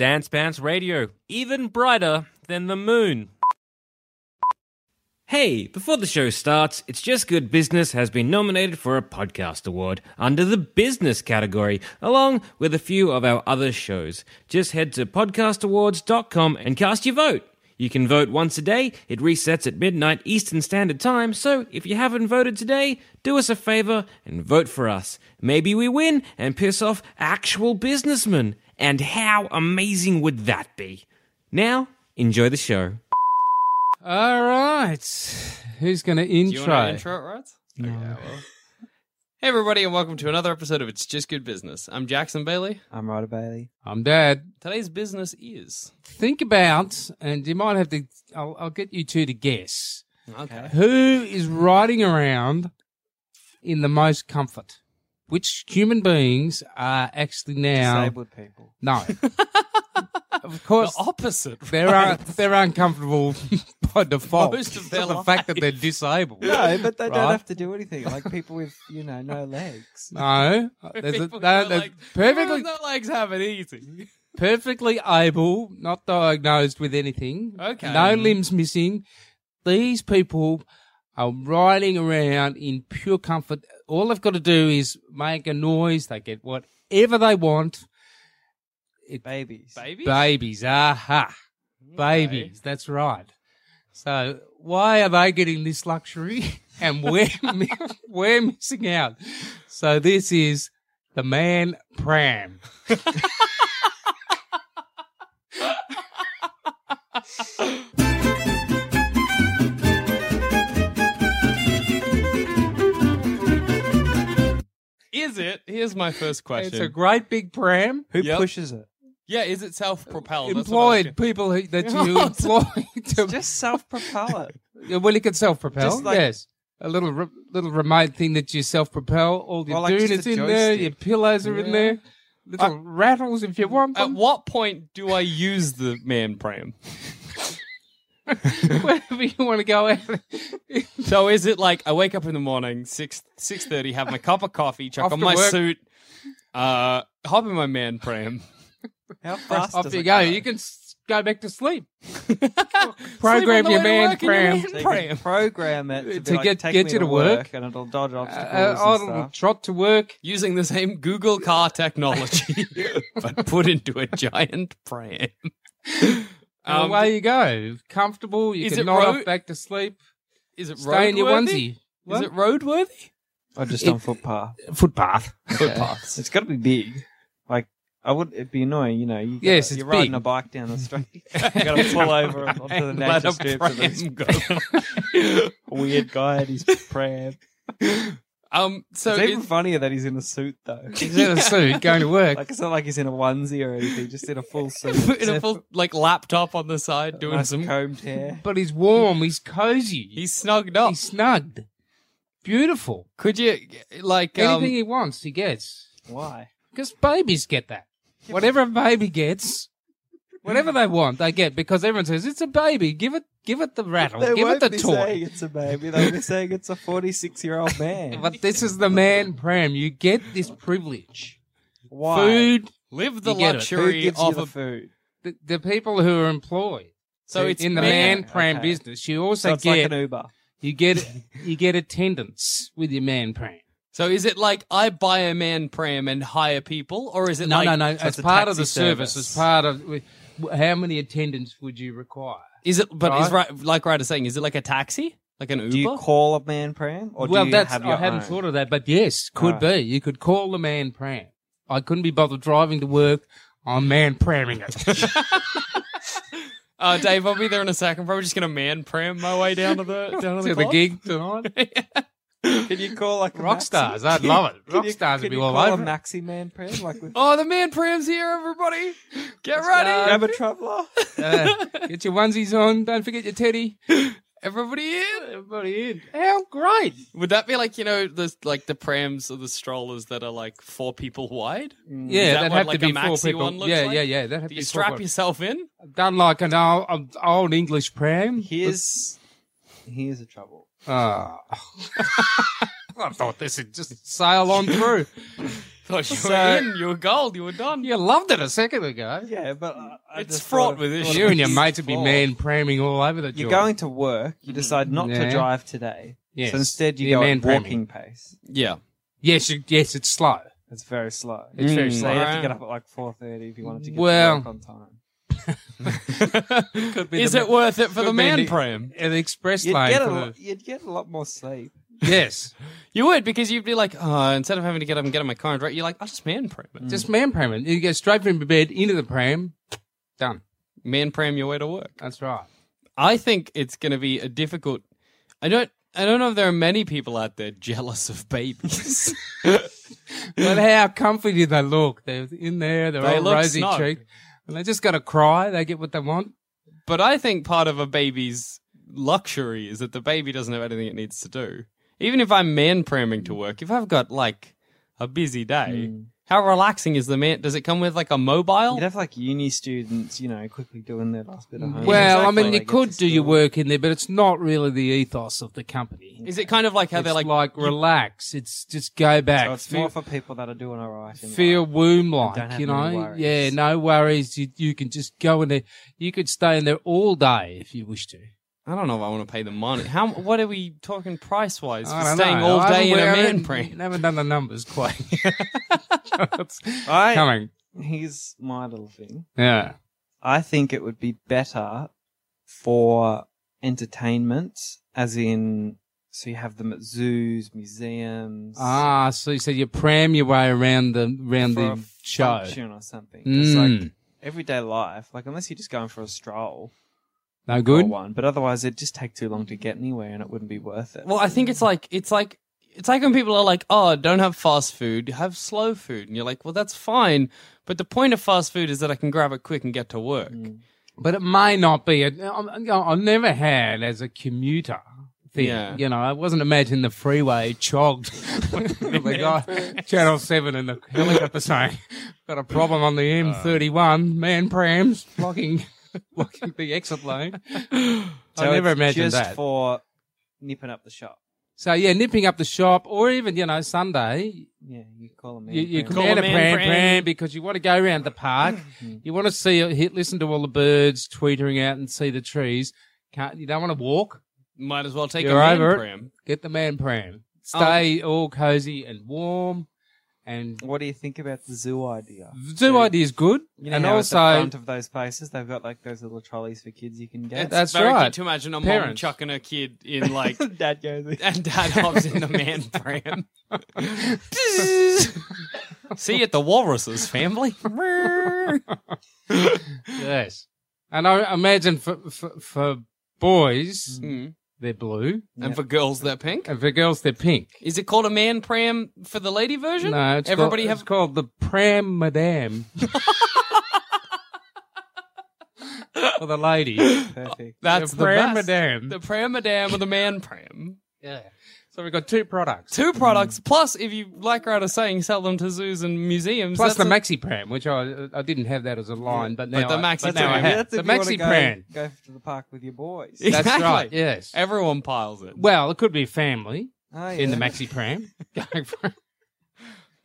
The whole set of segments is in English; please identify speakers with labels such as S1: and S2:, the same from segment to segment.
S1: Sanspants Radio, even brighter than the moon. Hey, before the show starts, It's Just Good Business has been nominated for a podcast award under the business category, along with a few of our other shows. Just head to podcastawards.com and cast your vote. You can vote once a day, it resets at midnight Eastern Standard Time, so if you haven't voted today, do us a favor and vote for us. Maybe we win and piss off actual businessmen. And how amazing would that be? Now, enjoy the show.
S2: All right. Who's going to
S3: Do you want
S2: intro?
S3: to intro it, right? Okay, well. Hey, everybody, and welcome to another episode of It's Just Good Business. I'm Jackson Bailey.
S4: I'm Ryder Bailey.
S2: I'm Dad.
S3: Today's business is.
S2: Think about, and you might have to, I'll, I'll get you two to guess.
S3: Okay.
S2: Who is riding around in the most comfort? Which human beings are actually now.
S4: Disabled people.
S2: No. of course.
S3: Opposite.
S2: They're, un- they're uncomfortable by default.
S3: Most of their
S2: the fact that they're disabled.
S4: No, but they
S2: Right.
S4: don't have to do anything. Like people with, you know, no legs.
S2: No, there's a,
S3: People who
S2: no,
S3: are
S2: there's
S3: like, "Oh,
S2: perfectly
S3: "Well, their legs have it easy.
S2: perfectly able, not diagnosed with anything.
S3: Okay.
S2: No limbs missing. These people are riding around in pure comfort. All they've got to do is make a noise. They get whatever they want.
S4: Babies.
S3: Baby?
S2: Babies. Aha. Babies. That's right. So why are they getting this luxury? And we're, mi- we're missing out. So this is the man pram.
S3: Is it? Here's my first question.
S2: It's a great big pram.
S4: Who
S3: Yep.
S4: pushes it?
S3: yeah, is it self propelled?
S2: employed people who- that
S3: Oh,
S2: you employ to
S4: Just self-propel it.
S2: well, it can self-propel.
S4: Just like-
S2: yes, a little re- little remote thing that you self-propel. All your
S4: Or like
S2: doon is
S4: just a
S2: in there. Your
S4: joystick.
S2: pillows are in
S4: Yeah.
S2: there.
S3: Uh,
S2: Little rattles if you want
S3: At
S2: them.
S3: what point do I use the man pram?
S2: Wherever you want to go out.
S3: So is it like I wake up in the morning, six six thirty, have my cup of coffee, chuck
S2: Off
S3: on
S2: to
S3: my
S2: work.
S3: suit, uh, hop in my man pram,
S4: How fast
S2: Off
S4: does
S2: you
S4: it
S2: go. You can s- go back to sleep.
S3: Sleep
S2: Program
S3: on the
S2: your
S3: way to
S2: man
S3: work in your
S2: pram.
S3: man
S4: So you
S3: pram.
S4: can program it to, be
S2: To
S4: like,
S2: get-
S4: take
S2: get
S4: me
S2: you to
S4: to work,
S2: work.
S4: and it'll dodge obstacles
S2: Uh,
S4: and
S2: oh, little
S4: stuff.
S2: trot to work.
S3: using the same Google car technology, but put into a giant pram.
S2: And
S3: Um,
S2: away you go. Comfortable. You
S3: is
S2: can
S3: it
S2: nod
S3: ro-
S2: off back to sleep.
S3: Is it
S2: Stay in your
S3: roadworthy?
S2: onesie. What?
S3: Is it roadworthy?
S4: Or just
S2: It-
S4: on footpath.
S2: Footpath.
S3: Footpaths.
S4: It's got to be big. Like I would. It'd be annoying, you know. You gotta,
S2: Yes, it's
S4: you're riding
S2: big.
S4: a bike down the street. you got to pull over onto the
S3: Let
S4: nature
S3: a
S4: strips and this
S3: pram go.
S4: weird guy in his pram.
S3: um. So
S4: it's even
S3: is-
S4: funnier that he's in a suit though.
S2: He's in a suit going to work.
S4: Like it's not like he's in a onesie or anything. Just in a full suit.
S3: in a full like laptop on the side doing
S4: nice
S3: some.
S4: combed hair.
S2: but he's warm. He's cozy.
S3: He's snugged up.
S2: He's snugged. Beautiful.
S3: Could you like um,
S2: Anything he wants, he gets.
S4: Why?
S2: Because babies get that. Whatever a baby gets, whatever they want, they get. Because everyone says it's a baby. Give it, give it the rattle.
S4: They
S2: give it
S4: won't
S2: the
S4: be saying
S2: toy.
S4: it's a baby. They'll be saying it's a forty-six-year-old man.
S2: But this is the man pram. You get this privilege.
S4: Why?
S2: Food.
S3: live the
S2: You get it.
S4: Who
S3: luxury
S4: gives you
S3: of
S4: the
S3: a?
S4: food?
S2: The, the people who are employed.
S3: So it's
S2: in the
S3: man.
S2: man pram
S4: okay.
S2: business. You
S4: So,
S2: also
S4: it's
S2: get
S4: like an Uber.
S2: you get you get attendance with your man pram.
S3: So is it like I buy a man pram and hire people, or is it
S2: No,
S3: like
S2: no, no.
S3: So
S2: As
S3: it's a
S2: part of
S3: taxi
S2: the service, as part of w- how many attendants would you require?
S3: Is it? But is
S2: Right?
S3: right like Ryder's saying? Is it like a taxi, like an Uber?
S4: Do you call a man pram, or
S2: well,
S4: do you
S2: that's
S4: have
S2: I
S4: your
S2: hadn't
S4: own?
S2: thought of that, but yes, could
S4: Right.
S2: be. You could call the man pram. I couldn't be bothered driving to work. I'm man pramming it.
S3: uh, Dave, I'll be there in a second. Probably just gonna man pram my way down to the down to the,
S2: to the
S3: club.
S2: gig tonight.
S4: Can you call like a
S2: Rock
S4: maxi?
S2: stars, I'd love it.
S4: Can
S2: Rock
S4: you-
S2: stars would
S4: can
S2: be
S4: you
S2: all
S4: call
S2: over.
S4: A
S2: it.
S4: maxi man pram, like with
S3: Oh, the man pram's here, everybody! Get ready,
S4: Grab a traveller.
S2: Uh, get your onesies on. Don't forget your teddy.
S3: everybody in. Mm.
S2: Everybody in. How great!
S3: Would that be like you know the like the prams or the strollers that are like four people wide?
S2: Yeah,
S3: that
S2: that'd
S3: what,
S2: have
S3: like,
S2: to
S3: a
S2: be four
S3: maxi
S2: people.
S3: one looks
S2: yeah,
S3: like?
S2: yeah, yeah. That have to
S3: Do you
S2: be
S3: strap
S2: four.
S3: yourself in?
S2: people. Done like an old, old- old English pram.
S4: Here's here's the trouble.
S2: Ah. I thought this would just sail on through.
S3: thought you were
S4: So-
S3: in. You were gold. You were done.
S2: You loved it a second ago.
S4: Yeah, but I, I
S3: It's
S4: just
S3: fraught
S4: thought-
S3: with issues.
S2: You and your mates would be
S3: Flawed.
S2: man pramming all over the
S4: You're
S2: joint.
S4: going to work. You decide not
S2: Yeah.
S4: to drive today.
S2: Yes.
S4: So instead, you
S2: You're
S4: go
S2: man
S4: at
S2: pramming.
S4: walking pace.
S3: Yeah.
S2: Yes, you, yes, it's slow.
S4: It's very slow.
S2: It's very
S4: So
S2: slow.
S4: you have
S3: Alright.
S4: to get up at like four thirty if you wanted to get
S2: Well-
S4: to work on time.
S2: Could be
S3: Is
S2: the-
S3: it worth it for
S2: could
S3: the
S2: be
S3: man
S2: the-
S3: pram?
S2: An express
S4: You'd
S2: lane.
S4: get, a,
S2: for
S4: lot, you'd get a lot more sleep.
S2: the- yes,
S3: You would because you'd be like, oh, instead of having to get up and get in my car and drive, you're like, I'll just man pram it.
S2: just man pramming. You go straight from your bed into the pram. Done.
S3: Man pram your way to work.
S2: That's right.
S3: I think it's going to be a difficult. I don't. I don't know if there are many people out there jealous of babies.
S2: But how comfy do they look? They're in there, they're
S3: They
S2: all
S3: look
S2: rosy
S3: snug.
S2: cheeked. And they just got to cry. They get what they want.
S3: but I think part of a baby's luxury is that the baby doesn't have anything it needs to do. Even if I'm man pramming
S2: Mm.
S3: to work, if I've got like a busy day, how relaxing is the man? Does it come with like a mobile?
S4: You'd have like uni students, you know, quickly doing their last bit of homework.
S2: well, I mean,
S4: They
S2: you
S4: get to
S2: could do your
S4: school.
S2: work in there, but it's not really the ethos of the company.
S3: Is it kind of like how
S2: it's
S3: they're like,
S2: relax. It's just go back.
S4: So it's
S2: feel,
S4: more for people that are doing alright. in
S2: feel
S4: life.
S2: womb
S4: don't
S2: like,
S4: have
S2: you
S4: any
S2: know?
S4: worries.
S2: Yeah, no worries. You, you can just go in there. You could stay in there all day if you wish to.
S3: I don't know if I want to pay the money. How? What are we talking price wise
S2: I
S3: for
S2: don't
S3: staying
S2: know.
S3: all
S2: I
S3: day in a
S2: haven't- I
S3: man
S2: haven't-
S3: pram?
S2: haven't done the numbers quite. It's
S4: I,
S2: coming.
S4: Here's my little thing.
S2: Yeah.
S4: I think it would be better for entertainment, as in, so you have them at zoos, museums,
S2: Ah, so you said you pram your way around the around
S4: for a
S2: the show.
S4: function or something. 'Cause,
S2: Mm,
S4: like everyday life, like unless you're just going for a stroll
S2: no
S4: or
S2: good.
S4: one, but otherwise it'd just take too long to get anywhere and it wouldn't be worth it.
S3: Well, I think it's like it's like it's like when people are like, "Oh, don't have fast food, have slow food," and you're like, "Well, that's fine." But the point of fast food is that I can grab it quick and get to work.
S2: Mm. But it may not be. A, I, I- I never had as a commuter thing.
S3: Yeah.
S2: You know, I wasn't imagining the freeway chogged. with the guy, Channel 7 and the helicopter saying, got a problem on the
S4: Uh.
S2: M31, man prams blocking, blocking the exit lane.
S4: So
S2: I never
S4: it's
S2: imagined
S4: just
S2: that.
S4: for nipping up the shop.
S2: so, yeah, nipping up the shop or even, you know, Sunday,
S4: Yeah, you call them.
S2: You, you
S4: man.
S2: can
S3: Call
S2: add a
S3: them in,
S2: pram,
S3: pram.
S2: pram because you want to go around the park.
S4: Mm-hmm.
S2: you want to see, hit, listen to all the birds tweetering out and see the trees. Can't you don't want to walk?
S3: Might as well take
S2: You're
S3: a man
S2: over it.
S3: pram.
S2: Get the man
S4: Oh.
S2: pram. Stay all cozy and warm. And
S4: What do you think about the zoo idea?
S2: zoo idea is good.
S4: You know
S2: and
S4: how
S2: also,
S4: at the front of those places, they've got like those little trolleys for kids you can get.
S2: That's
S3: Very
S2: right.
S3: cute to imagine a mom
S2: Parents.
S3: chucking her kid in like,
S4: Dad goes. in.
S3: and dad hops in the man pram. See you at the walruses, family.
S2: yes. And I imagine for for, for boys
S3: Mm.
S2: they're blue,
S3: And for girls, they're pink.
S2: and for girls they're pink.
S3: Is it called a man pram for the lady version?
S2: No, it's
S3: everybody
S2: called,
S3: have
S2: it's called the pram madame. For the lady.
S4: Perfect.
S3: That's
S2: The
S3: the,
S2: pram
S3: best.
S2: madame.
S3: The pram madame or the man pram.
S2: Yeah. So we've got two products.
S3: Two products. Plus, if you like Ryder saying, sell them to zoos and museums.
S2: Plus the
S3: that's a-
S2: maxi pram, which I I didn't have that as a line, but now
S3: But the
S2: I-
S3: maxi
S2: but now I
S3: pram.
S2: have.
S4: That's
S2: the
S4: if you wanna
S2: maxi
S4: go-
S2: pram.
S4: Go, to the park with your boys.
S3: Yeah.
S2: That's
S3: Exactly.
S2: right. Yes.
S3: Everyone piles it.
S2: Well, it could be a family
S4: Oh,
S2: in the
S4: yeah.
S2: maxi pram. Going for-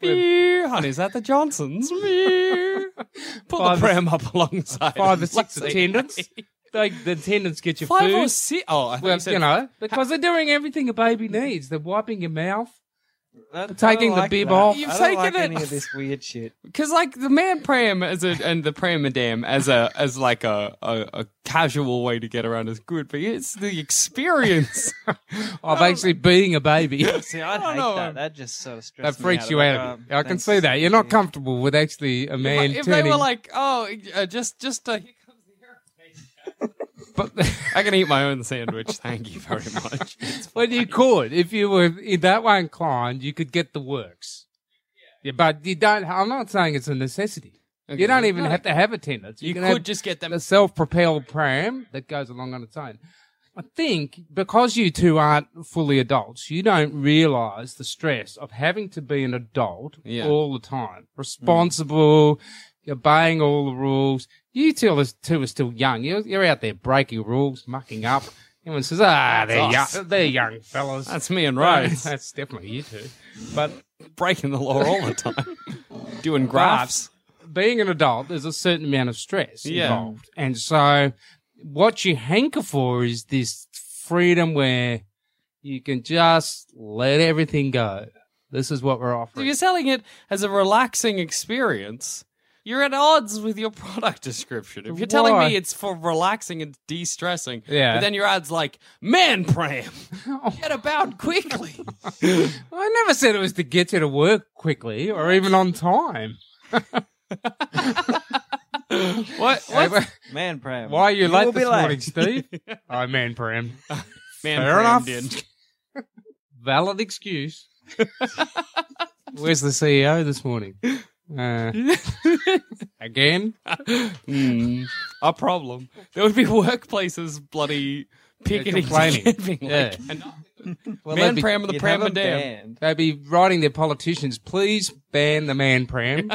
S3: Beer, honey, is that the Johnsons? Beer. Pull
S2: Five or
S3: the pram up alongside.
S2: Five or
S3: them.
S2: six
S3: Let's see.
S2: attendants. They, the attendants get your
S3: Five
S2: food.
S3: or six. Oh, I thought
S2: well,
S3: you
S2: you,
S3: said
S2: know, because they're doing everything a baby needs. They're wiping your mouth.
S4: That- I
S2: Taking
S4: don't
S2: the
S4: like
S2: bib
S4: that.
S2: off.
S3: You've
S4: I don't
S3: taken
S4: like
S3: it.
S4: any of this weird shit.
S3: Because like the man pram as a and the pram madam as a as like a, a, a casual way to get around is good, but it's the experience.
S2: Of
S3: Oh,
S2: actually being a baby.
S4: See, I'd
S3: don't
S4: hate
S3: know, um,
S4: that. That just sort of
S2: that
S4: stresses
S2: freaks
S4: me
S2: you
S4: Like,
S2: out a
S4: um,
S2: bit. I can
S4: thanks.
S2: see that. You're not comfortable with actually a man
S3: if
S2: turning.
S3: they were like, oh, uh, just just uh, here comes the
S2: but,
S3: airplane. I can eat my own sandwich. Thank you very much. It's
S2: Well, you could if you were in that way inclined, you could get the works. Yeah, but you don't. I'm not saying it's a necessity. You don't even have to have attendants.
S3: You
S2: can
S3: could
S2: have
S3: just get them.
S2: a self-propelled pram that goes along on its own. I think because you two aren't fully adults, you don't realise the stress of having to be an adult
S3: Yeah.
S2: all the time, responsible, obeying all the rules. You two are, two are still young. You're, you're out there breaking rules, mucking up. Everyone says, "Ah, they're
S3: That's us.
S2: young, they're young fellas."
S3: That's me and
S2: Right.
S3: Rose.
S2: That's definitely you two. But
S3: breaking the law all the time, doing graphs.
S2: being an adult, there's a certain amount of stress
S3: Yeah.
S2: involved. And so what you hanker for is this freedom where you can just let everything go. This is what we're
S3: If
S2: offering.
S3: you're selling it as a relaxing experience, you're at odds with your product description. If you're telling
S2: Why?
S3: me it's for relaxing and de-stressing,
S2: Yeah.
S3: but then your ad's like, man pram, get about quickly.
S2: I never said it was to get you to work quickly or even on time.
S3: what? what?
S4: Man, Pram.
S2: Why are you,
S4: You will
S2: late
S4: be
S2: this
S4: late.
S2: morning, Steve? I man, Pram.
S3: Man
S2: Fair
S3: pram
S2: enough.
S3: did.
S2: Valid excuse. Where's the CEO this morning? Uh, again?
S3: Mm, a problem. There would be workplaces bloody picketing,
S2: complaining.
S3: camping,
S2: Yeah.
S3: like, and
S2: Well, they'd
S3: man
S2: be-
S3: pram and the
S4: You'd
S3: pram
S4: have a
S3: and dam.
S4: band.
S2: They'd be writing their politicians, please ban the man pram.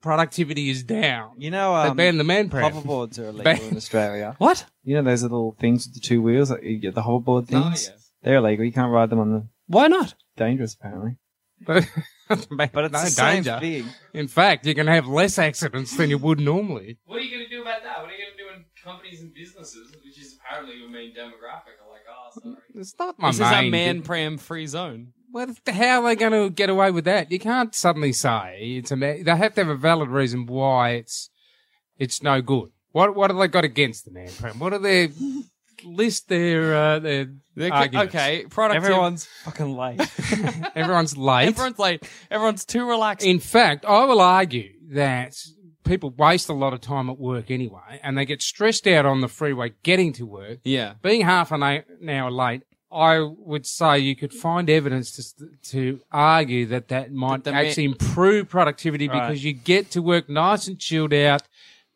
S2: Productivity is down.
S4: You know,
S2: They
S4: um,
S2: ban the man pram.
S4: hoverboards are illegal
S2: Ban-
S4: in Australia.
S3: What?
S4: You know those little things with the two wheels that you get the hoverboard
S2: Oh,
S4: things. They're illegal. You can't ride them on the
S3: Why not?
S4: dangerous apparently.
S2: but
S4: But it's
S2: no
S4: the same
S2: danger.
S4: thing.
S2: In fact, you can have less accidents than you would normally.
S3: What are you going to do about that? What are you going to do when companies and businesses, which is apparently your main demographic, are like, oh, sorry.
S2: It's not my
S3: this is a
S2: main
S3: man pram free zone.
S2: Well, how are they going to get away with that? You can't suddenly say it's a. Man. They have to have a valid reason why it's it's no good. What what have they got against the man pram? What are their list their uh, their
S3: They're-
S2: arguments?
S3: Okay, productivity.
S4: Everyone's fucking late.
S2: everyone's late.
S3: everyone's late. Everyone's too relaxed.
S2: In fact, I will argue that people waste a lot of time at work anyway, and they get stressed out on the freeway getting to work.
S3: yeah.
S2: Being half an hour- an hour late, I would say you could find evidence to s- to argue that that might
S3: That the
S2: actually improve productivity
S4: Right.
S2: because you get to work nice and chilled out,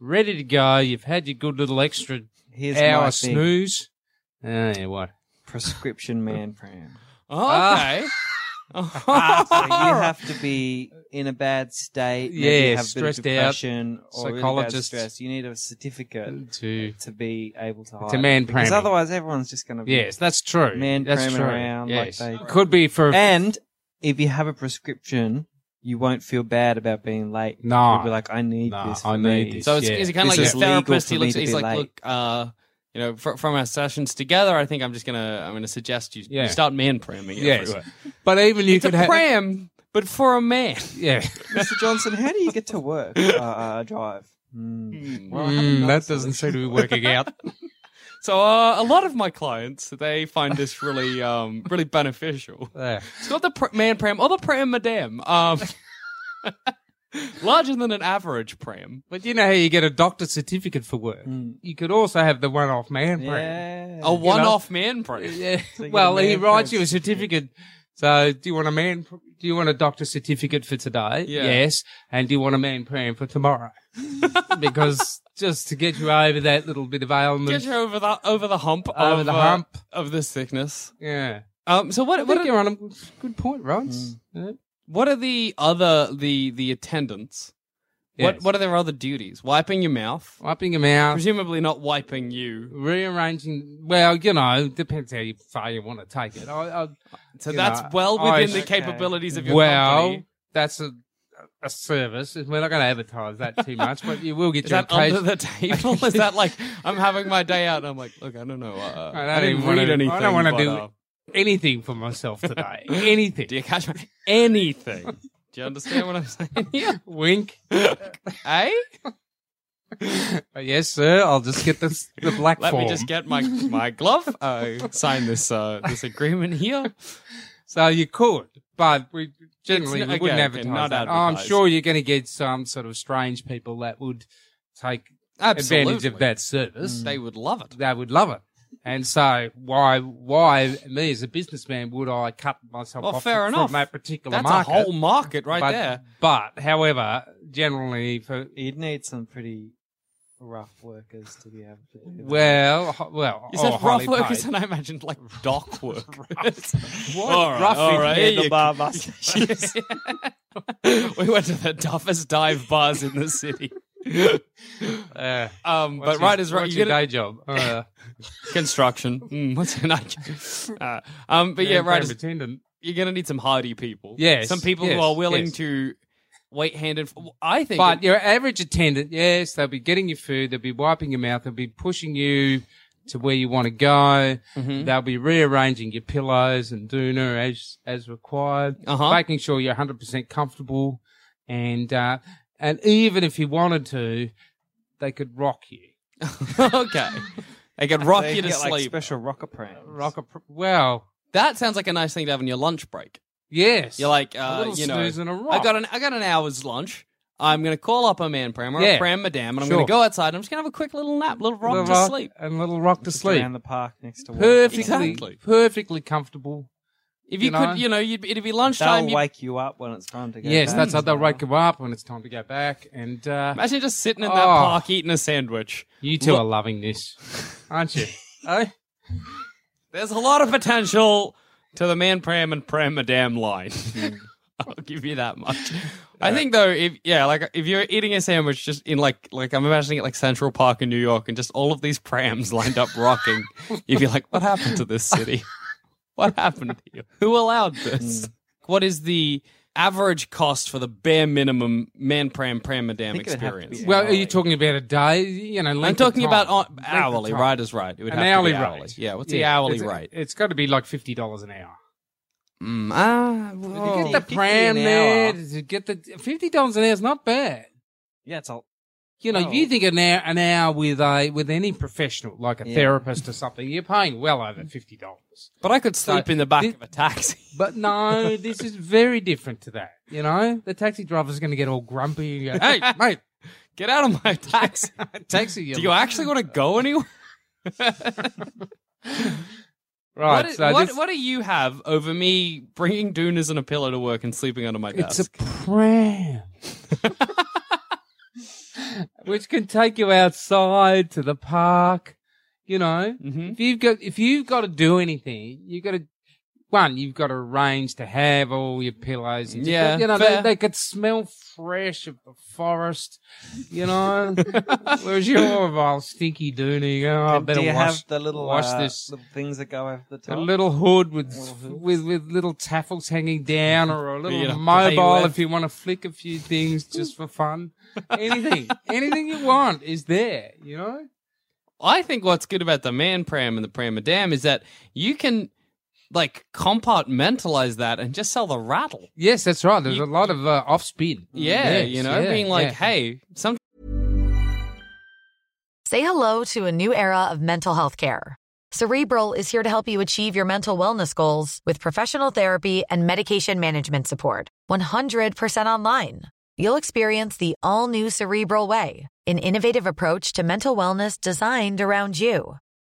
S2: ready to go. You've had your good little extra
S4: Here's my
S2: hour
S4: thing.
S2: snooze. Oh, yeah, what?
S4: Prescription man pram.
S2: Ah,
S3: Oh, okay.
S4: So you have to be in a bad state. Maybe
S2: Yeah,
S4: you have
S2: stressed out,
S4: a bit of depression or really bad
S2: psychologist.
S4: stress. You need a certificate
S2: To
S4: to be able to hide.
S2: to
S4: it,
S2: man
S4: because
S2: pramming.
S4: otherwise everyone's just going to be
S2: yes, that's true.
S4: man
S2: that's
S4: pramming
S2: true.
S4: around
S2: yes,
S4: like they.
S2: could be for
S4: And if you have a prescription, you won't feel bad about being late.
S2: No.
S4: You'll be like, I need
S2: No,
S4: this. For
S2: I need
S4: me.
S2: this.
S3: So it's,
S2: Yeah.
S3: is it kind of
S4: This
S3: like
S4: is
S3: his
S4: legal
S3: therapist? He
S4: for me
S3: looks.
S4: to
S3: He's
S4: be
S3: like,
S4: late.
S3: look, uh, you know, fr- from our sessions together, I think I'm just gonna, I'm gonna suggest you, you
S2: Yeah.
S3: start man pramming.
S2: Yes.
S3: everywhere.
S2: But even you
S3: it's a
S2: could have.
S3: pram, but for a man.
S2: Yeah.
S4: Mr. Johnson, how do you get to work? uh, uh, drive. Hmm. Well, I haven't
S2: Mm,
S4: done
S2: that
S4: this.
S2: doesn't seem to be working out.
S3: So uh, a lot of my clients, they find this really, um, really beneficial.
S2: There.
S3: It's called the pr- man pram or the pram madam. Um, larger than an average pram.
S2: But you know how you get a doctor's certificate for work?
S4: Mm.
S2: You could also have the one off man pram.
S4: Yeah.
S3: A
S2: Oh.
S3: one-off man pram.
S2: Yeah.
S4: So you get
S2: well,
S4: a
S2: he
S4: man
S2: writes
S4: pram
S2: you a certificate. So, do you want a man? pr- Do you want a doctor's certificate for today?
S3: Yeah.
S2: Yes. And do you want a man pram for tomorrow? because just to get you over that little bit of ailment.
S3: Get you over the over the hump
S2: Over
S3: of,
S2: the
S3: uh,
S2: hump.
S3: of the sickness.
S2: yeah.
S3: Um, so what
S2: I
S3: what
S2: think
S3: are,
S2: you're on a good point, Rhodes. Yeah.
S3: what are the other the the attendants? What
S2: Yes.
S3: what are their other duties? Wiping your mouth,
S2: Wiping him out.
S3: presumably not wiping you.
S2: rearranging. Well, you know, depends how you, far you want to take it. I, I,
S3: So
S2: You
S3: that's
S2: know,
S3: well
S2: I-
S3: within the
S4: okay.
S3: capabilities of your
S2: Oh, well,
S3: company.
S2: that's a a service. We're not going to advertise that too much, but you will get
S3: Is
S2: your
S3: that under
S2: occasion.
S3: the table? Is that like I'm having my day out? and I'm like, look, I don't know. Uh,
S2: I don't
S3: I, didn't
S2: even
S3: read
S2: wanna- I don't
S3: anything.
S2: wanna
S3: but,
S2: do-
S3: uh,
S2: Anything for myself today. Anything.
S3: do you catch my anything? do you understand what I'm saying? Yeah.
S2: Wink.
S3: eh?
S2: But yes, sir. I'll just get this, the black
S3: Let
S2: form.
S3: me just get my my glove. Uh, sign this uh, this agreement here.
S2: So you could, but we generally
S3: It's-
S2: we
S3: okay,
S2: wouldn't
S3: okay,
S2: advertise
S3: not
S2: that. I'm
S3: advertised.
S2: sure you're going to get some sort of strange people that would take advantage
S3: Absolutely.
S2: of that Mm. service.
S3: They would love it.
S2: they would love it. And so, why, why me as a businessman would I cut myself
S3: Well,
S2: off
S3: fair
S2: from
S3: enough.
S2: that particular
S3: That's
S2: market?
S3: a whole market right
S2: but,
S3: there.
S2: But, however, generally for
S4: You'd need some pretty rough workers to be able to. do that.
S2: well, ho- well,
S3: You
S2: or
S3: said rough
S2: highly
S3: workers,
S2: paid.
S3: and I imagined like dock workers.
S2: What?
S3: All right,
S2: Rough
S3: all
S2: in
S3: right,
S2: here,
S3: you-
S4: the barbers.
S3: Yes. we went to the toughest dive bars in the city.
S2: Uh,
S3: Um,
S2: what's
S3: but right
S2: your,
S3: is right.
S2: what's
S3: You
S2: your
S3: get
S2: day job? Uh,
S3: a- construction. Mm, what's your night? Uh, um, but yeah,
S2: and
S3: right
S2: prem
S3: is
S2: attendant.
S3: you're going to need some hardy people.
S2: Yes,
S3: some people
S2: yes,
S3: who are willing
S2: yes.
S3: to wait hand in. I think,
S2: But your average attendant, yes, they'll be getting your food, they'll be wiping your mouth, they'll be pushing you to where you want to go.
S3: Hmm. Mm-hmm.
S2: They'll be rearranging your pillows and doona as as required,
S3: Uh-huh.
S2: making sure you're 100% comfortable. And uh, and even if you wanted to, they could rock you.
S3: okay, they could rock
S4: They
S3: you to
S4: get, like,
S3: sleep.
S4: special rocker prams.
S2: Rock a pr- well,
S3: that sounds like a nice thing to have on your lunch break.
S2: yes.
S3: You're like,
S2: a
S3: uh,
S2: little
S3: you know,
S2: snooze and a rock.
S3: I got an I got an hour's lunch. I'm gonna call up a man pram or
S2: Yeah.
S3: a pram madam, and I'm
S2: Sure.
S3: gonna go outside. and I'm just gonna have a quick little nap, little rock
S2: Little
S3: to sleep.
S2: and little rock to
S4: Just
S2: sleep.
S4: around the park next to work.
S2: Perfectly,
S3: Exactly.
S2: perfectly comfortable.
S3: If you,
S2: You know?
S3: could, you know, you'd, it'd be
S4: They'll
S3: lunchtime. You'd,
S4: wake you up when it's time to go.
S2: yes,
S4: back
S2: that's how
S4: as
S2: they'll
S4: well.
S2: wake you up when it's time to go back. And uh,
S3: imagine just sitting in that
S2: Oh.
S3: park eating a sandwich.
S2: you two are loving this, aren't you? oh,
S3: There's a lot of potential to the man pram and pram madam line. I'll give you that much. I think though, if yeah, like if you're eating a sandwich just in like like I'm imagining it like Central Park in New York and just all of these prams lined up rocking, you'd be like, What happened to this city? What happened to you? Who allowed this?
S2: Hmm.
S3: What is the average cost for the bare minimum man pram pram madam
S4: think it would have to be
S3: experience?
S4: an
S2: well, are you
S4: hourly.
S2: talking about a day? You know,
S3: I'm
S2: length of
S3: talking about
S2: time.
S3: on,
S2: Length of
S3: hourly,
S2: time.
S3: right is right. It would
S2: An
S3: have to
S2: hourly
S3: be hourly.
S2: rate.
S3: Yeah, what's the hourly
S2: it's-
S3: rate?
S2: It's got to be like fifty dollars an hour.
S3: Mm,
S2: Hmm, um,
S3: ah,
S4: Oh,
S2: To
S3: well,
S2: get the
S4: 50
S2: pram
S4: an
S2: there,
S4: hour.
S2: to get the fifty dollars an hour is not bad.
S4: Yeah, it's all.
S2: You know, if
S3: Oh.
S2: you think an hour, an hour with a with any professional, like a
S4: Yeah.
S2: therapist or something, you're paying well over fifty dollars.
S3: But I could sleep in the back
S2: Thi-
S3: of a taxi.
S2: But no, this is very different to that. You know, the taxi driver's going to get all grumpy. And go, hey, mate,
S3: Get out of my taxi.
S2: taxi. you
S3: Do you actually want to go anywhere?
S2: right?
S3: what,
S2: so
S3: what,
S2: this,
S3: what do you have over me bringing doonas and a pillow to work and sleeping under my
S2: it's
S3: desk?
S2: a pram, which can take you outside to the park. You know,
S3: Mhm.
S2: if you've got if you've got to do anything, you've got to one, you've got to arrange to have all your pillows. And
S3: Yeah,
S2: you know
S3: fair.
S2: they, they could smell fresh of the forest. You know, whereas you're all stinky dooney. You know, I
S4: do
S2: better
S4: you
S2: wash
S4: have the little,
S2: wash
S4: uh,
S2: this.
S4: little things that go over the
S2: A
S4: top?
S2: little hood with
S4: Little hood.
S2: with with little tassels hanging down, or a little
S3: You know, play
S2: mobile
S3: with.
S2: if you want to flick a few things just for fun. Anything, anything you want is there. You know,
S3: I think what's good about the man pram and the pram madam is that you can like compartmentalize that and just sell the rattle.
S2: yes, that's right. There's a
S3: You-
S2: lot of uh, off spin.
S3: Yeah,
S2: Yes,
S3: you know,
S2: yeah,
S3: being like,
S2: yeah.
S3: hey, some
S5: Say hello to a new era of mental health care. Cerebral is here to help you achieve your mental wellness goals with professional therapy and medication management support. 100% online. You'll experience the all new Cerebral Way, an innovative approach to mental wellness designed around you.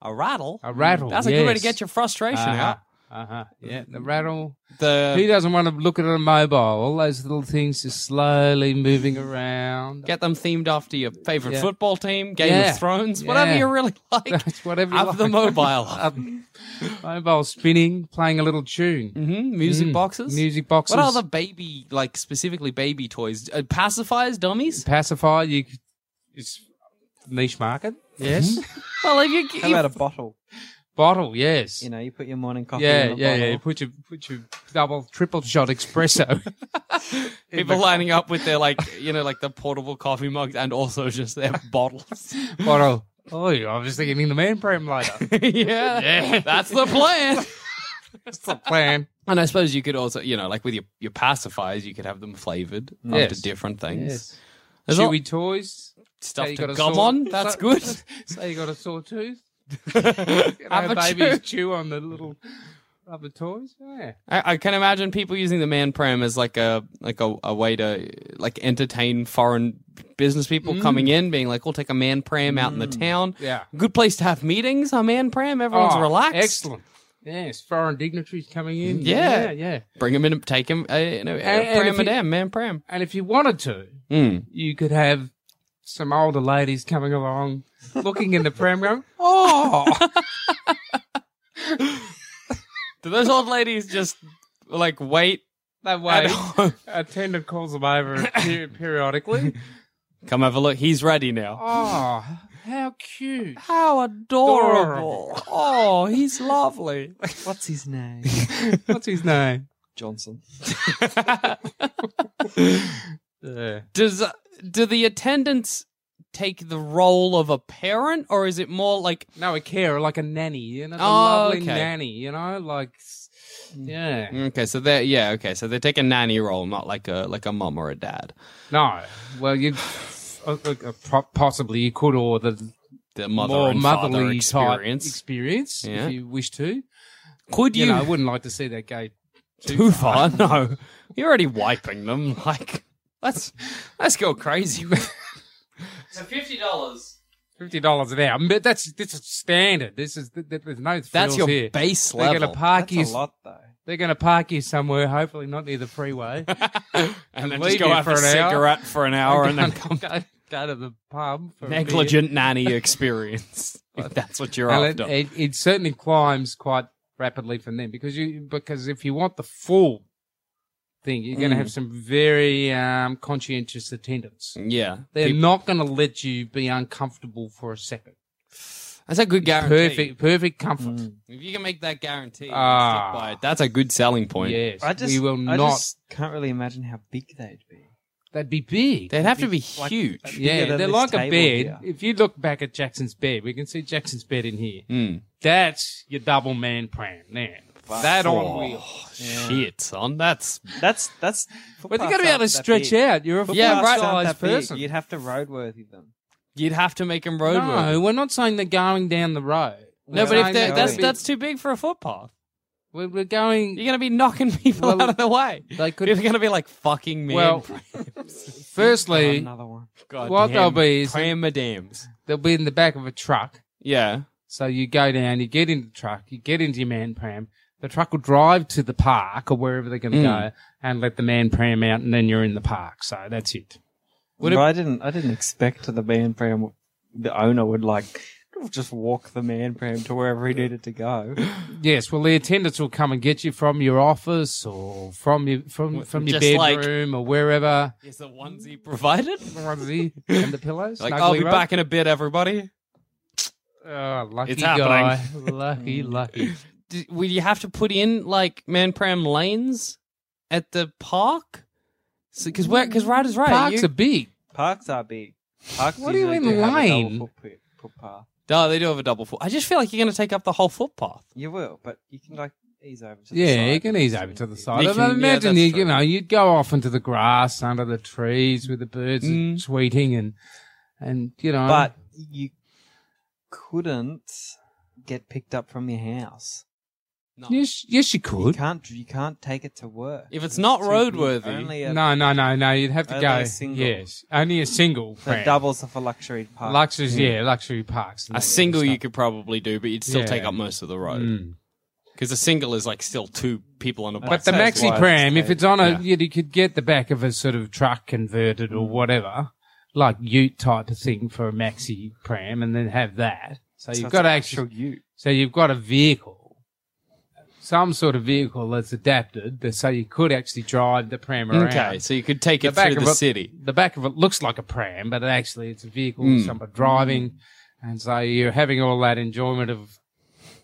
S3: A rattle.
S2: A rattle,
S3: That's a good way to
S2: yes.
S3: get your frustration
S2: Uh-huh.
S3: out.
S2: Uh-huh. Yeah, the rattle.
S3: The
S2: Who doesn't want to look at a mobile? All those little things just slowly moving around.
S3: Get them themed after your favorite
S2: Yeah.
S3: football team, Game
S2: Yeah.
S3: of Thrones, whatever
S2: Yeah.
S3: you really like.
S2: That's whatever you
S3: Have the
S2: like.
S3: mobile,
S2: Uh, mobile spinning, playing a little tune.
S3: hmm music
S2: Mm.
S3: boxes,
S2: Music boxes.
S3: What are the baby like specifically baby toys? Uh, pacifiers, dummies?
S2: pacifier? You, it's niche market. Yes.
S3: well, if you
S4: How about a bottle?
S2: bottle, yes.
S4: You know, you put your morning coffee
S2: yeah,
S4: in the
S2: yeah, yeah.
S4: bottle.
S2: You put your put your double, triple shot espresso. in
S3: People
S2: the
S3: lining up with their like, you know, like the portable coffee mugs and also just their bottles.
S2: bottle. Oh, I was thinking in the man pram later.
S3: yeah, that's the plan.
S2: That's the plan.
S3: And I suppose you could also, you know, like with your, your pacifiers, you could have them flavored
S2: Yes.
S3: after different things.
S2: Yes.
S3: There's
S2: Chewy
S3: all-
S2: toys.
S3: stuff
S2: Say you
S3: to
S2: got a
S3: gum
S2: sore-
S3: on. That's
S2: so-
S3: good.
S2: Say you got a sore tooth. you know,
S3: Have a
S2: babies chew on the little rubber toys. Yeah.
S3: I, I can imagine people using the man pram as like a like a, a way to like entertain foreign business people coming in, being like, "We'll take a man pram out in the town."
S2: Mm. Yeah.
S3: good place to have meetings. A man pram, everyone's
S2: Oh,
S3: relaxed.
S2: Excellent. Yes, foreign dignitaries coming in. yeah,
S3: Yeah.
S2: yeah.
S3: Bring him in, and take him. Uh, you know,
S2: And- and
S3: pram
S2: if you-
S3: madam, man pram.
S2: And if you wanted to,
S3: Mm.
S2: you could have some older ladies coming along, looking in the pram, going, "Oh,
S3: Do those old ladies just like wait?
S2: that way."
S3: and-
S2: Attendant calls them over peri- periodically.
S3: Come have a look. He's ready now.
S2: Oh, how cute!
S3: How
S2: adorable.
S3: Oh, he's lovely.
S4: What's his name?
S2: What's his name?
S4: Johnson.
S2: Yeah.
S3: Does uh, do the attendants take the role of a parent, or is it more like
S2: No, a carer, like a nanny, you know, a
S3: Oh,
S2: lovely
S3: okay. Mm.
S2: nanny, you know, like, s- yeah.
S3: okay? So they are yeah okay. So they take a nanny role, not like a like a mum or a dad.
S2: No, well, you uh, uh, uh, po- possibly you could, or the
S3: The mother
S2: more
S3: and father
S2: motherly type
S3: experience.
S2: experience,
S3: Yeah.
S2: if you wish to.
S3: Could
S2: You,
S3: you?
S2: know, I wouldn't like to see that go
S3: too far. No, you're already wiping them. Like let's let's go crazy. so fifty dollars.
S2: fifty dollars an hour. But that's this is standard. This is th- th- there's no
S3: That's
S2: frills
S3: your
S2: here.
S3: base
S2: They're
S3: level.
S2: going to park
S4: That's
S2: you.
S4: a lot, though.
S2: They're going to park you somewhere. Hopefully not near the freeway.
S3: and then
S2: leave
S3: just go
S2: you
S3: have
S2: for
S3: a
S2: an hour.
S3: cigarette for an hour and then
S2: go,
S3: come back.
S2: go, go to the pub. For a beer.
S3: Negligent nanny experience. if that's what you're
S2: And
S3: after.
S2: it, it, it certainly climbs quite rapidly from them because you because if you want the full thing, you're
S4: Mm.
S2: going to have some very um, conscientious attendants.
S4: Mm.
S3: yeah.
S2: They're
S3: Peop-
S2: not going to let you be uncomfortable for a second.
S3: that's a good guarantee.
S2: Perfect, perfect comfort.
S4: Mm.
S3: If you can make that guarantee, you can
S2: Ah.
S3: stick by it. that's a good selling point.
S2: Yes,
S4: I just,
S2: we will
S4: I
S2: not.
S4: just can't really imagine how big they'd be.
S2: That'd be big.
S3: They'd have to be huge.
S2: yeah, they're
S4: than this
S2: like a bed.
S4: table here.
S2: If you look back at Jackson's bed, we can see Jackson's bed in here.
S3: Mm.
S2: That's your double man pram. There, that on wheels.
S3: Shit, son. That's
S4: That's that's.
S2: But they're going to be able to stretch out. You're a full
S3: Yeah, right.
S2: sized person.
S4: You'd have to roadworthy them.
S3: you'd have to make him roadworthy.
S2: No, we're not saying they're going down the road.
S3: No,
S2: We're
S3: but if
S2: saying
S3: they're,
S2: they're
S3: that's
S2: gonna be-
S3: that's too big for a footpath.
S2: we're, we're going
S3: You're gonna be knocking people
S2: Well,
S3: out of the way.
S2: they could-
S3: You're gonna be like fucking man.
S2: well. firstly,
S4: Another one.
S3: God
S2: what
S3: damn
S2: they'll be is-
S3: pram madams.
S2: they'll be in the back of a truck.
S3: Yeah.
S2: So you go down, you get in the truck, you get into your man pram. The truck will drive to the park or wherever they're going to
S3: Mm.
S2: go and let the man pram out, and then you're in the park. So that's it.
S4: But I didn't. I didn't expect the man pram. The owner would like just walk the man pram to wherever he needed to go.
S2: Yes, well, the attendants will come and get you from your office or from your from from your
S3: Just like-
S2: bedroom or wherever.
S3: Is the onesie provided?
S2: Onesie and the pillows.
S3: Like,
S2: Snuggly
S3: I'll be
S2: rug.
S3: back in a bit, everybody.
S2: Oh, lucky
S3: It's
S2: guy. Mm.
S3: happening.
S2: lucky, lucky.
S3: D- will you have to put in like man pram lanes at the park? Because where? Because Ryder's right.
S2: Parks
S3: you-
S2: are big.
S4: Parks are big. Parks
S2: What do you
S4: usually
S2: mean
S4: have a double
S2: line?
S4: footpa- Footpath.
S3: No, oh, they do have a double foot. I just feel like you're going to take up the whole footpath.
S4: You will, but you can like ease over to the side.
S2: Yeah, you can ease over to the side.
S3: You
S2: I
S3: can- yeah,
S2: imagine
S3: that's
S2: you, you
S3: true.
S2: know, you'd go off into the grass under the trees with the birds
S3: Mm.
S2: and tweeting and and you know.
S4: But you couldn't get picked up from your house.
S2: yes, yes, you
S4: You
S2: could.
S4: can't. You can't take it to work.
S3: If it's not
S4: too-
S3: roadworthy-
S4: only a,
S2: No, no, no, no. You'd have to
S4: Only
S2: go.
S4: a single.
S2: Yes, only a single.
S4: the
S2: Pram.
S4: doubles of a luxury park.
S2: luxury, yeah. luxury parks. and
S3: A
S2: that
S3: single
S2: sort
S3: you
S2: of
S3: could probably do, but you'd still
S2: Yeah.
S3: take up most of the road.
S2: Mm.
S3: Because a single is like still two people on a bike.
S2: But the
S4: That's
S2: maxi
S4: why
S2: pram,
S4: it's
S2: if it's on a,
S3: Yeah.
S2: you, you could get the back of a sort of truck converted or whatever, like Ute type of thing for a maxi pram, and then have that. So you've
S4: it's
S2: got
S4: an
S2: actual,
S4: actual ute.
S2: so you've got a vehicle, some sort of vehicle that's adapted, that, so you could actually drive the pram around.
S3: okay, so you could take
S2: The
S3: it through
S2: back
S3: the
S2: of it-
S3: city. Hmm.
S2: The back of it looks like a pram, but actually it's a vehicle somebody driving, and so you're having all that enjoyment of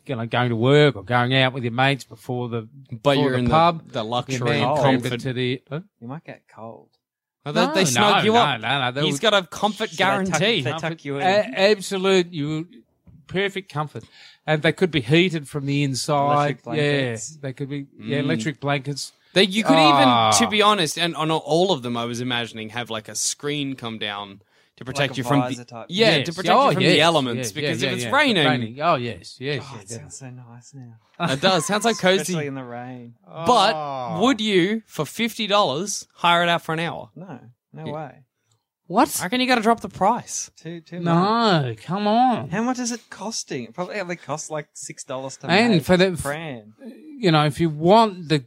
S2: you know, going to work or going out with your mates before the
S3: But
S2: before
S3: you're
S2: the
S3: in
S2: pub.
S3: the, the
S2: your
S3: luxury
S2: man
S3: and
S2: crammed
S3: comfort.
S2: it to the. Huh?
S4: You might get cold.
S3: Oh, they,
S2: No,
S3: they snug
S2: no,
S3: you
S2: no,
S3: up.
S2: no, no, they
S3: He's
S2: would-
S3: got a comfort guarantee.
S4: They tuck you in.
S2: A- absolute, you perfect comfort, and they could be heated from the inside.
S4: Electric blankets.
S2: Yeah, they could be. Yeah,
S3: Mm.
S2: electric blankets.
S3: They, you could
S2: Ah.
S3: even, to be honest, and on all of them, I was imagining have like a screen come down to protect
S4: a
S3: you from
S4: visor
S3: the
S4: type.
S3: yeah
S2: Yes.
S3: to protect
S2: Oh,
S3: you from
S2: yes.
S3: the elements
S2: Yeah,
S3: because
S2: yeah,
S3: if it's
S2: yeah, yeah.
S3: raining,
S2: Oh yes, yes.
S4: Oh, it
S2: yes,
S4: sounds so nice now.
S3: it does sounds like
S4: Especially
S3: cozy.
S4: in the Ah. rain.
S2: Oh.
S3: But would you for fifty dollars hire it out for an hour?
S4: No, no way.
S2: What?
S3: I reckon you got to drop the price.
S4: Too, too much.
S2: No, come on.
S4: How much is it costing? It probably only costs like six dollars to
S2: And
S4: make
S2: for the-
S4: brand.
S2: you know, if you want the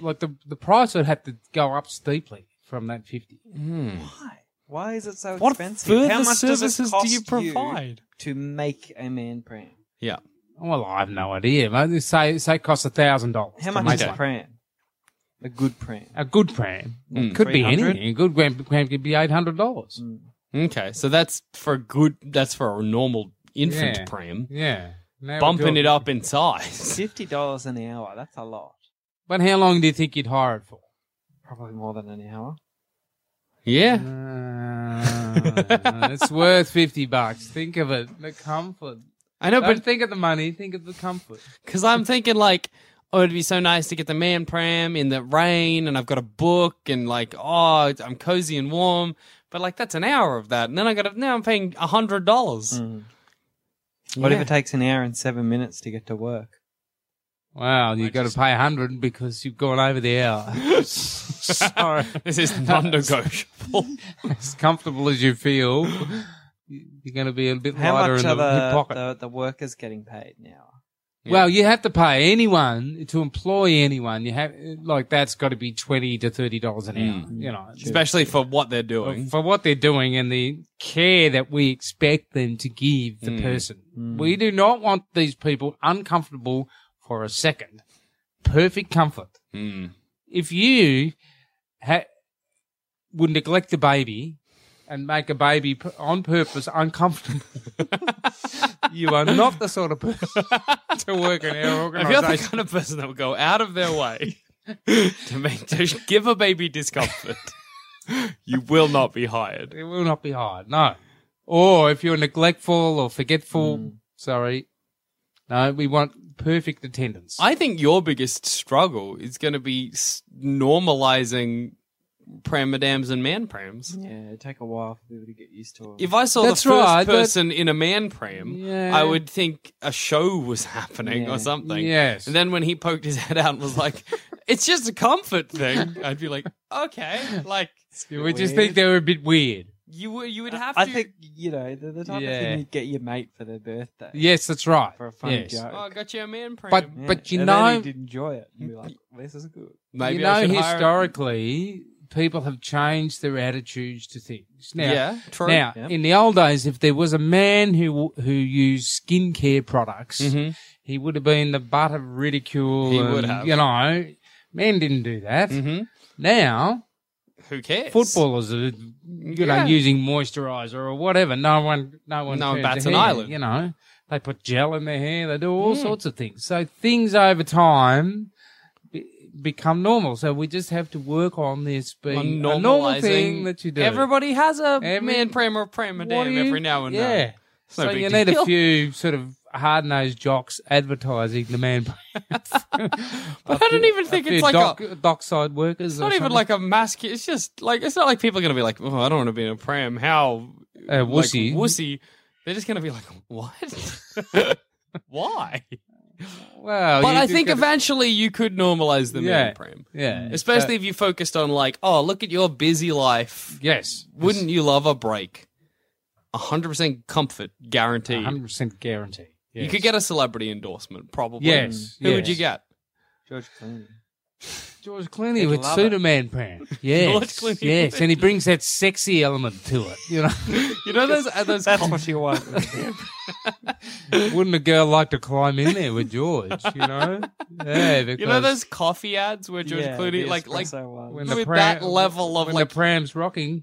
S2: like the the price would have to go up steeply from that fifty.
S4: Why? Why is it so
S3: What
S4: expensive? How
S3: further
S4: much does it
S3: services
S4: cost
S3: do you provide?
S4: to make a man pram?
S3: Yeah,
S2: Well, I have no idea. mate. They Say say it costs a thousand dollars.
S4: How
S2: to
S4: much
S2: make
S4: is a
S2: one.
S4: pram? A good pram.
S2: A good pram
S3: Hmm.
S2: could be
S4: 300?
S2: anything. A good pram, pram could be eight hundred dollars.
S3: okay, so that's for a good. That's for a normal infant
S2: Yeah.
S3: pram.
S2: Yeah, Now we're
S3: Bumping
S2: talking.
S3: it up in size.
S4: Fifty dollars an hour. That's a lot.
S2: But how long do you think you'd hire it for?
S4: Probably more than an hour.
S3: Yeah,
S2: Uh, it's worth fifty bucks. Think of it, the comfort.
S3: I know, but
S2: Don't think of the money. Think of the comfort.
S3: Because I'm thinking like, oh, it'd be so nice to get the man pram in the rain, and I've got a book, and like, oh, it's- I'm cozy and warm. But like, that's an hour of that, and then I got to now I'm paying a hundred dollars.
S4: What if it takes an hour and seven minutes to get to work?
S2: Wow, you've got to pay a hundred because you've gone over the hour.
S3: Sorry, this is non-negotiable.
S2: as comfortable as you feel, you're going to be a bit
S4: How
S2: lighter
S4: much
S2: in the
S4: are
S2: hip
S4: the,
S2: pocket.
S4: the, the workers getting paid now?
S2: Well, you have to pay anyone to employ anyone. You have like that's got to be twenty to thirty dollars an hour. You know,
S3: Especially for what they're doing.
S2: for what they're doing and the care that we expect them to give
S3: Mm.
S2: the person. We do not want these people uncomfortable for a second. Perfect comfort.
S3: Mm.
S2: If you ha- would neglect the baby and make a baby p- on purpose uncomfortable, you are not the sort of person to work in our
S3: I feel
S2: organisation.
S3: the kind of person that would go out of their way to make to give a baby discomfort. you will not be hired.
S2: It will not be hard, no. Or if you're neglectful or forgetful,
S3: Mm.
S2: sorry. No, we want perfect attendance.
S3: I think your biggest struggle is going to be s- normalizing pram madams and man prams.
S4: Yeah, it'd take a while for people to get used to it.
S3: If I saw
S2: That's
S3: the first
S2: right, but-
S3: person in a man pram,
S2: Yeah.
S3: I would think a show was happening or something.
S2: Yes.
S3: And then when he poked his head out and was like, "It's just a comfort thing," I'd be like, "Okay." Like
S2: we just think they were a bit weird.
S3: you would you would have
S4: I
S3: to.
S4: think you know the, the type of
S2: Yeah.
S4: thing you get your mate for their birthday
S2: Yes, that's right.
S4: for a fun
S2: yes.
S4: joke.
S3: Oh, I got you a man pram.
S2: But but you
S4: and
S2: know,
S4: then he'd enjoy it. And be like, this is good.
S3: Maybe
S2: you
S3: I
S2: know
S3: should hire-
S2: historically people have changed their attitudes to things. Now,
S3: Yeah, true.
S2: Now,
S4: Yeah.
S2: in the old days, if there was a man who who used skincare products, he would have been the butt of ridicule.
S3: Mm-hmm. He would
S2: and,
S3: have.
S2: You know, men didn't do that.
S3: Mhm.
S2: Now,
S3: Who cares?
S2: footballers are you know
S3: Yeah.
S2: using moisturizer or whatever. No one, no one,
S3: No
S2: turns
S3: one bats
S2: a
S3: an
S2: hair,
S3: eyelid. Hmm.
S2: You know, they put gel in their hair. They do all sorts of things. So things over time be- become normal. So we just have to work on this being
S3: On
S2: a normal
S3: normalizing-
S2: thing that you do.
S3: Everybody has a
S2: Every-
S3: man pram or pram
S2: What
S3: madam
S2: do you-
S3: every now and
S2: yeah.
S3: then. It's no
S2: So
S3: big
S2: you need a
S3: deal.
S2: few sort of hard nosed jocks advertising the man.
S3: But I don't even think
S2: few
S3: it's like
S2: dock,
S3: a.
S2: dockside workers.
S3: It's not even like a mask. It's just like it's not like people are gonna be like, oh, I don't want to be in a pram. How
S2: a
S3: like,
S2: wussy.
S3: wussy. They're just gonna be like, what? Why?
S2: Well,
S3: But
S2: you
S3: I
S2: just
S3: think
S2: gotta-
S3: eventually you could normalize the
S2: Yeah.
S3: man pram,
S2: yeah,
S3: especially if you focused on like, oh, look at your busy life.
S2: yes,
S3: Wouldn't you love a break? hundred percent comfort guaranteed.
S2: hundred percent guarantee.
S3: You could get a celebrity endorsement, probably.
S2: Yes,
S3: Who would
S2: yes.
S3: you get?
S4: George Clooney.
S2: George Clooney with
S4: love it.
S2: Superman pants. Yes,
S3: Clooney
S2: yes,
S3: with-
S2: and he brings that sexy element to it. You know,
S3: You know those uh, those
S4: That's what you want.
S2: wouldn't a girl like to climb in there with George? You know, yeah, because
S3: you know those coffee ads where George
S4: Yeah,
S3: Clooney
S4: the
S3: like like
S4: espresso one.
S2: when the
S3: with
S2: pram-
S3: that level of
S2: when
S3: like
S2: the pram's rocking.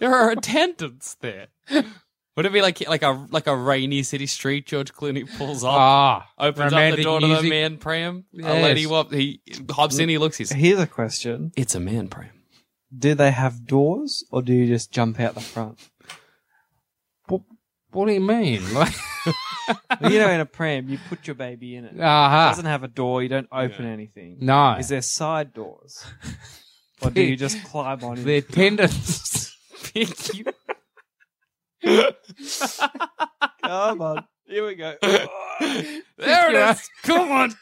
S3: there are attendants there. Would it be like like a like a rainy city street? George Clooney pulls up,
S2: Ah,
S3: Oh, opens up the
S2: romantic
S3: door to the
S2: music.
S3: man pram. A
S2: Yes.
S3: lady walk. He hops in. He looks. He's
S4: Here's a question:
S3: it's a man pram.
S4: Do they have doors, or do you just jump out the front?
S2: What do you mean? Like,
S4: you know, in a pram, you put your baby in it. It
S2: aha.
S4: doesn't have a door. You don't open anything.
S2: Ah. No.
S4: Is there side doors, or do you just climb on? in?
S2: Their tendons.
S3: Pick you.
S4: Come on, here we go.
S3: there it is. Come on.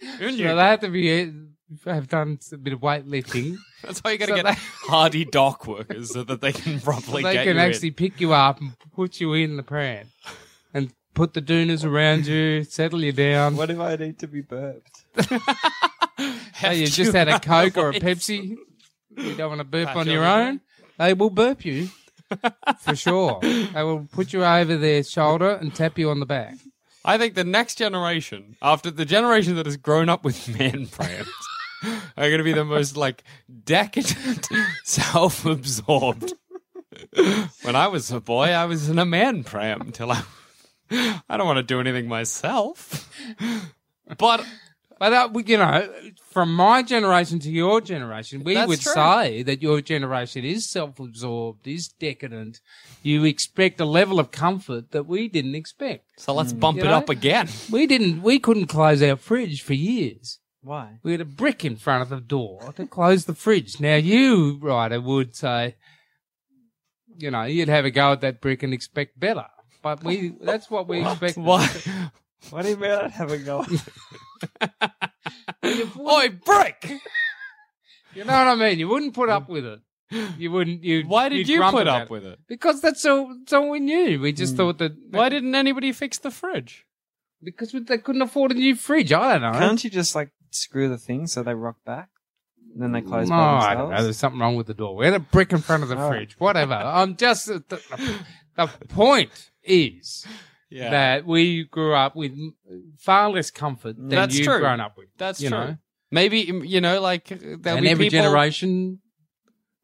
S3: In
S2: So
S3: you.
S2: they have to be have done a bit of weightlifting.
S3: That's why you got to
S2: so
S3: get
S2: they-
S3: hardy dock workers so that they can properly
S2: they
S3: get
S2: can
S3: you
S2: actually
S3: in.
S2: pick you up and put you in the pram and put the doonas around you, settle you down.
S4: What if I need to be burped?
S2: Hey, you just had a Coke or a Pepsi. You don't want to burp on your own. They will burp you for sure. They will put you over their shoulder and tap you on the back.
S3: I think the next generation, after the generation that has grown up with man prams, are going to be the most like decadent, self-absorbed. when I was a boy, I was in a man pram till I. I don't want to do anything myself, but
S2: But that, we- you know, from my generation to your generation, we
S3: That's
S2: would
S3: true.
S2: say that your generation is self-absorbed, is decadent. You expect a level of comfort that we didn't expect.
S3: so let's bump
S2: Mm. You
S3: it
S2: know?
S3: up again.
S2: We didn't. We couldn't close our fridge for years.
S4: Why?
S2: We had a brick in front of the door to close the fridge. Now you, Ryder, would say, you know, you'd have a go at that brick and expect better. But we—that's what we expect.
S3: Why?
S4: What do you mean I'd have a go?
S3: Oi, brick!
S2: You know what I mean? You wouldn't put up with it. You wouldn't. You.
S3: Why did
S2: you'd
S3: you
S2: grumble
S3: put
S2: about
S3: up
S2: it.
S3: with it?
S2: Because that's all. That's all we knew. We just thought that.
S3: Hmm. Why didn't anybody fix the fridge?
S2: Because they couldn't afford a new fridge. I don't know.
S4: Can't you just like screw the thing so they rock back? And then they close
S2: No,
S4: by
S2: Oh, I don't
S4: themselves.
S2: know. There's something wrong with the door. We had a brick in front of the
S4: Oh.
S2: fridge. Whatever. I'm just the, the- the point is
S3: Yeah.
S2: that we grew up with far less comfort than
S3: That's
S2: you've
S3: true.
S2: grown up with.
S3: That's
S2: you
S3: true.
S2: Know?
S3: Maybe you know, like there'll
S2: And
S3: be
S2: every
S3: people. Mm-hmm.
S2: generation,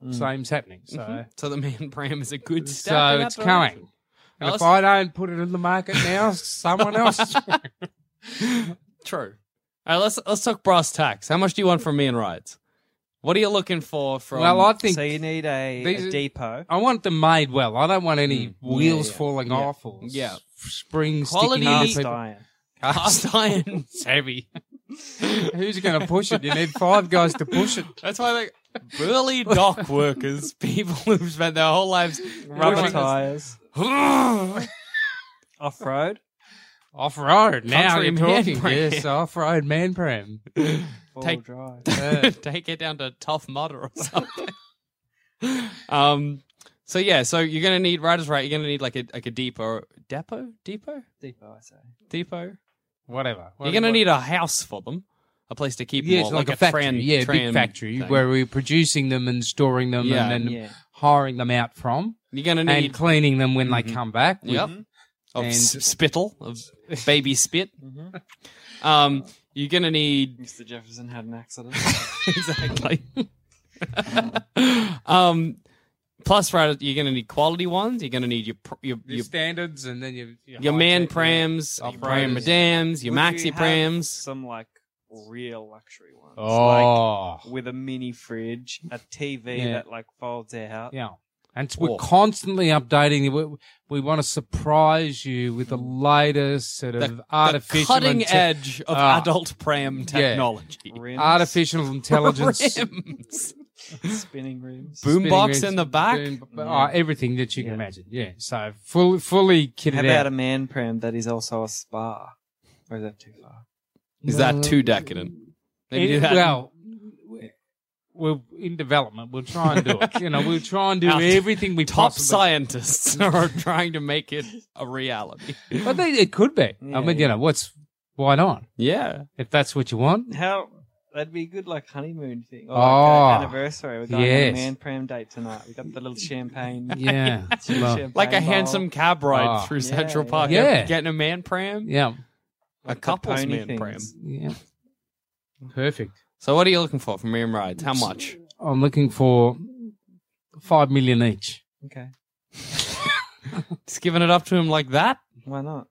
S4: Hmm.
S2: same's happening. So,
S3: So the man pram is a good step. in
S2: so
S3: that
S2: it's
S3: direction.
S2: coming. And if
S3: Alice-
S2: I don't put it in the market now, someone else.
S3: True. All right, let's let's talk brass tacks. How much do you want from me and rides? What are you looking for from?
S2: well, I think
S4: So you need a,
S2: These are-
S4: a depot.
S2: I want them made well. I don't want any wheels falling off or
S3: Mm. Yeah.
S2: s- springs
S3: Quality-
S2: sticking out of
S4: Cast
S2: people.
S4: iron.
S3: cast iron.
S2: It's heavy. Who's going to push it? You need five guys to push it.
S3: That's why like burly dock workers, people who've spent their whole lives
S4: Rubber
S3: pushing
S4: tires.
S3: this-
S4: Off road.
S2: Off road. Now
S3: Country
S2: you're
S3: man
S2: talking.
S3: pram.
S2: Yes, off road man pram.
S3: Take-
S4: Take drive.
S3: Take it down to tough mudder or something. um. So yeah, so you're gonna need riders right. You're gonna need like a like a depot, depot, depot,
S4: Depot, I say.
S3: depot.
S2: Whatever.
S3: You're going to need a house for them, a place to keep
S2: yeah,
S3: them
S2: it's
S3: all,
S2: like, a
S3: tran-
S2: factory. yeah, big
S3: tran
S2: factory
S3: thing.
S2: where we're producing them and storing them
S3: Yeah.
S2: and then
S4: Yeah.
S2: hiring them out from
S3: you're going to
S2: and
S3: need Mm-hmm.
S2: cleaning them when they come back. with-
S3: yep, of
S2: And-
S3: s- spittle of baby spit. Um, you're going to need
S4: Mr. Jefferson had an accident.
S3: exactly. um, plus, right, you're going to need quality ones. You're going to need your pr- your
S2: Your
S3: your,
S2: standards and then your your,
S3: your man
S2: high-tech,
S3: prams, your pram
S2: Off-roaders.
S3: madams, your
S4: Would
S3: maxi
S4: you have
S3: prams.
S4: Some like real luxury ones.
S2: yeah. Oh,
S4: Like with a mini fridge, a TV
S2: Yeah.
S4: that like folds out.
S2: yeah. And we're
S3: Oh.
S2: constantly updating you. We, we want to surprise you with the
S3: Mm.
S2: latest sort of artificial
S3: cutting
S2: inte-
S3: edge of
S2: Ah.
S3: adult pram technology.
S4: Rims,
S2: artificial intelligence.
S3: Rims.
S4: spinning rooms.
S3: Boombox in the back. Mm.
S2: Boom- oh, everything that you can imagine. Yeah. So full, fully
S4: How
S2: kitted
S4: about a
S2: out.
S4: man pram that is also a spa? Or is that too far?
S3: Is that too decadent? Maybe do
S2: It-
S3: that.
S2: well, we're in development. We'll try and do it. you know, we'll try and do
S3: Our
S2: everything we
S3: top
S2: possibly.
S3: scientists are trying to make it a reality.
S2: But they, it could be. I
S4: Yeah,
S2: mean,
S4: yeah.
S2: you know, what's why not?
S3: Yeah.
S2: If that's what you want.
S4: How that'd be a good like honeymoon thing. Or
S2: Oh,
S4: like an anniversary. We're going
S2: yes.
S4: on a man pram date tonight. We got the little champagne.
S2: Yeah. Well,
S4: champagne
S3: Like a
S4: bowl,
S3: handsome cab ride
S2: Ah.
S3: through
S4: Yeah,
S3: Central
S4: yeah.
S3: Park.
S2: Yeah.
S3: Getting a man pram,
S2: yeah.
S3: a
S4: the
S3: couple's
S4: pony
S3: man
S4: things.
S3: pram.
S2: Yeah. Perfect.
S3: So, what are you looking for from Miriam Rides? How much?
S2: I'm looking for five million each.
S4: Okay.
S3: Just giving it up to him like that?
S4: Why not?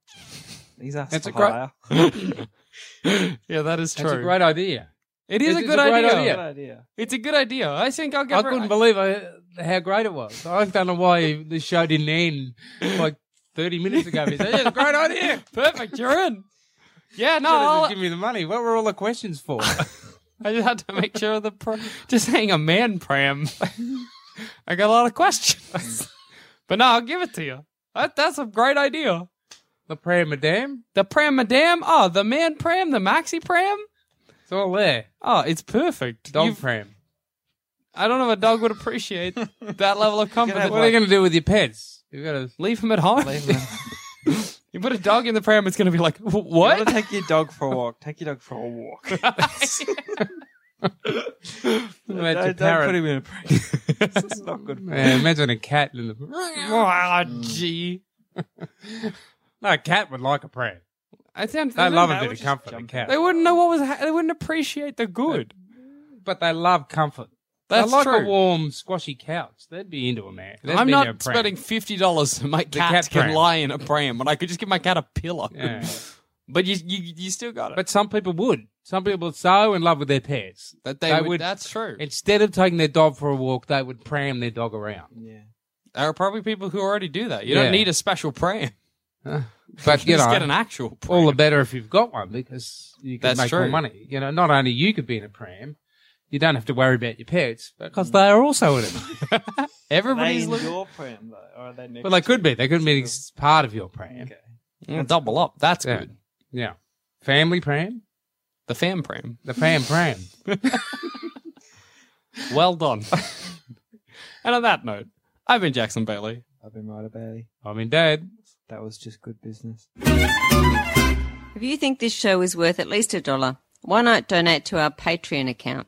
S4: He's asked
S2: That's
S4: for
S2: a great-
S4: higher.
S3: Yeah, that is true.
S2: That's a great idea.
S3: it is
S2: it's
S3: a
S2: a
S3: good
S2: great
S3: idea.
S2: idea.
S4: Good idea.
S3: It's a good idea. I think I'll give
S2: I
S3: her-
S2: couldn't believe I, how great it was. I don't know why the show didn't end like 30 minutes ago. It's a great idea.
S3: Perfect, you're in. Yeah, no,
S2: Just
S3: I'll,
S2: give me the money. What were all the questions for?
S3: I just had to make sure the pr- just saying a man pram. I got a lot of questions, but no, I'll give it to you. That, that's a great idea.
S2: the prayer, madame.
S3: The pram, madame. Oh, the man pram, the maxi pram.
S2: It's all there.
S3: Oh, it's perfect.
S2: Dog
S3: You've-
S2: pram.
S3: I don't know if a dog would appreciate that level of confidence.
S2: What are you going to do with your pets? You've got to.
S3: leave him at home? you put a dog in the pram, it's going to be like, "Wh-
S4: What? You
S3: what?
S4: gotta take your dog for a walk. Take your dog for a walk.
S2: Imagine, a
S4: don't, don't
S2: parrot.
S4: put him in a pram. It's not good. for
S2: Yeah, imagine a cat in the. Ah,
S3: oh, gee.
S2: No, a cat would like a pram.
S3: I think
S2: They love a
S3: that
S2: bit
S3: would
S2: of
S3: just-
S2: comfort. A cat.
S3: They wouldn't know what was. Ha- they wouldn't appreciate the good.
S2: but they love comfort.
S3: That's
S2: they like
S3: true.
S2: a warm, squashy couch. They'd be into a man. They'd
S3: I'm
S2: be into a
S3: not
S2: pram.
S3: spending fifty dollars to my
S2: The
S3: cat,
S2: cat
S3: can
S2: pram.
S3: lie in a pram when I could just give my cat a pillow.
S2: Yeah.
S3: But you, you, you still got it.
S2: But some people would. Some people are so in love with their pets
S3: that they, would, That's true.
S2: Instead of taking their dog for a walk, they would pram their dog around.
S4: Yeah.
S3: there are probably people who already do that. You
S2: Yeah.
S3: don't need a special pram.
S2: But you
S3: just
S2: know,
S3: get an actual pram.
S2: all the better if you've got one because you can
S3: That's
S2: make
S3: true.
S2: more money. You know, not only you could be in a pram, you don't have to worry about your pets Mm. because they are also in it.
S4: They
S3: Everybody's
S4: in
S3: looking.
S4: your pram though, or are they next
S2: well, they
S4: to
S2: could
S4: you?
S2: be. They could be part of your pram.
S4: Okay.
S3: Mm, double up. That's
S2: Yeah.
S3: good.
S2: Yeah, family pram,
S3: The fam pram.
S2: the fam pram.
S3: Well done. and on that note, I've been Jackson Bailey.
S4: I've been right about it.
S2: I mean, Dad.
S4: That was just good business.
S6: If you think this show is worth at least a dollar, why not donate to our Patreon account?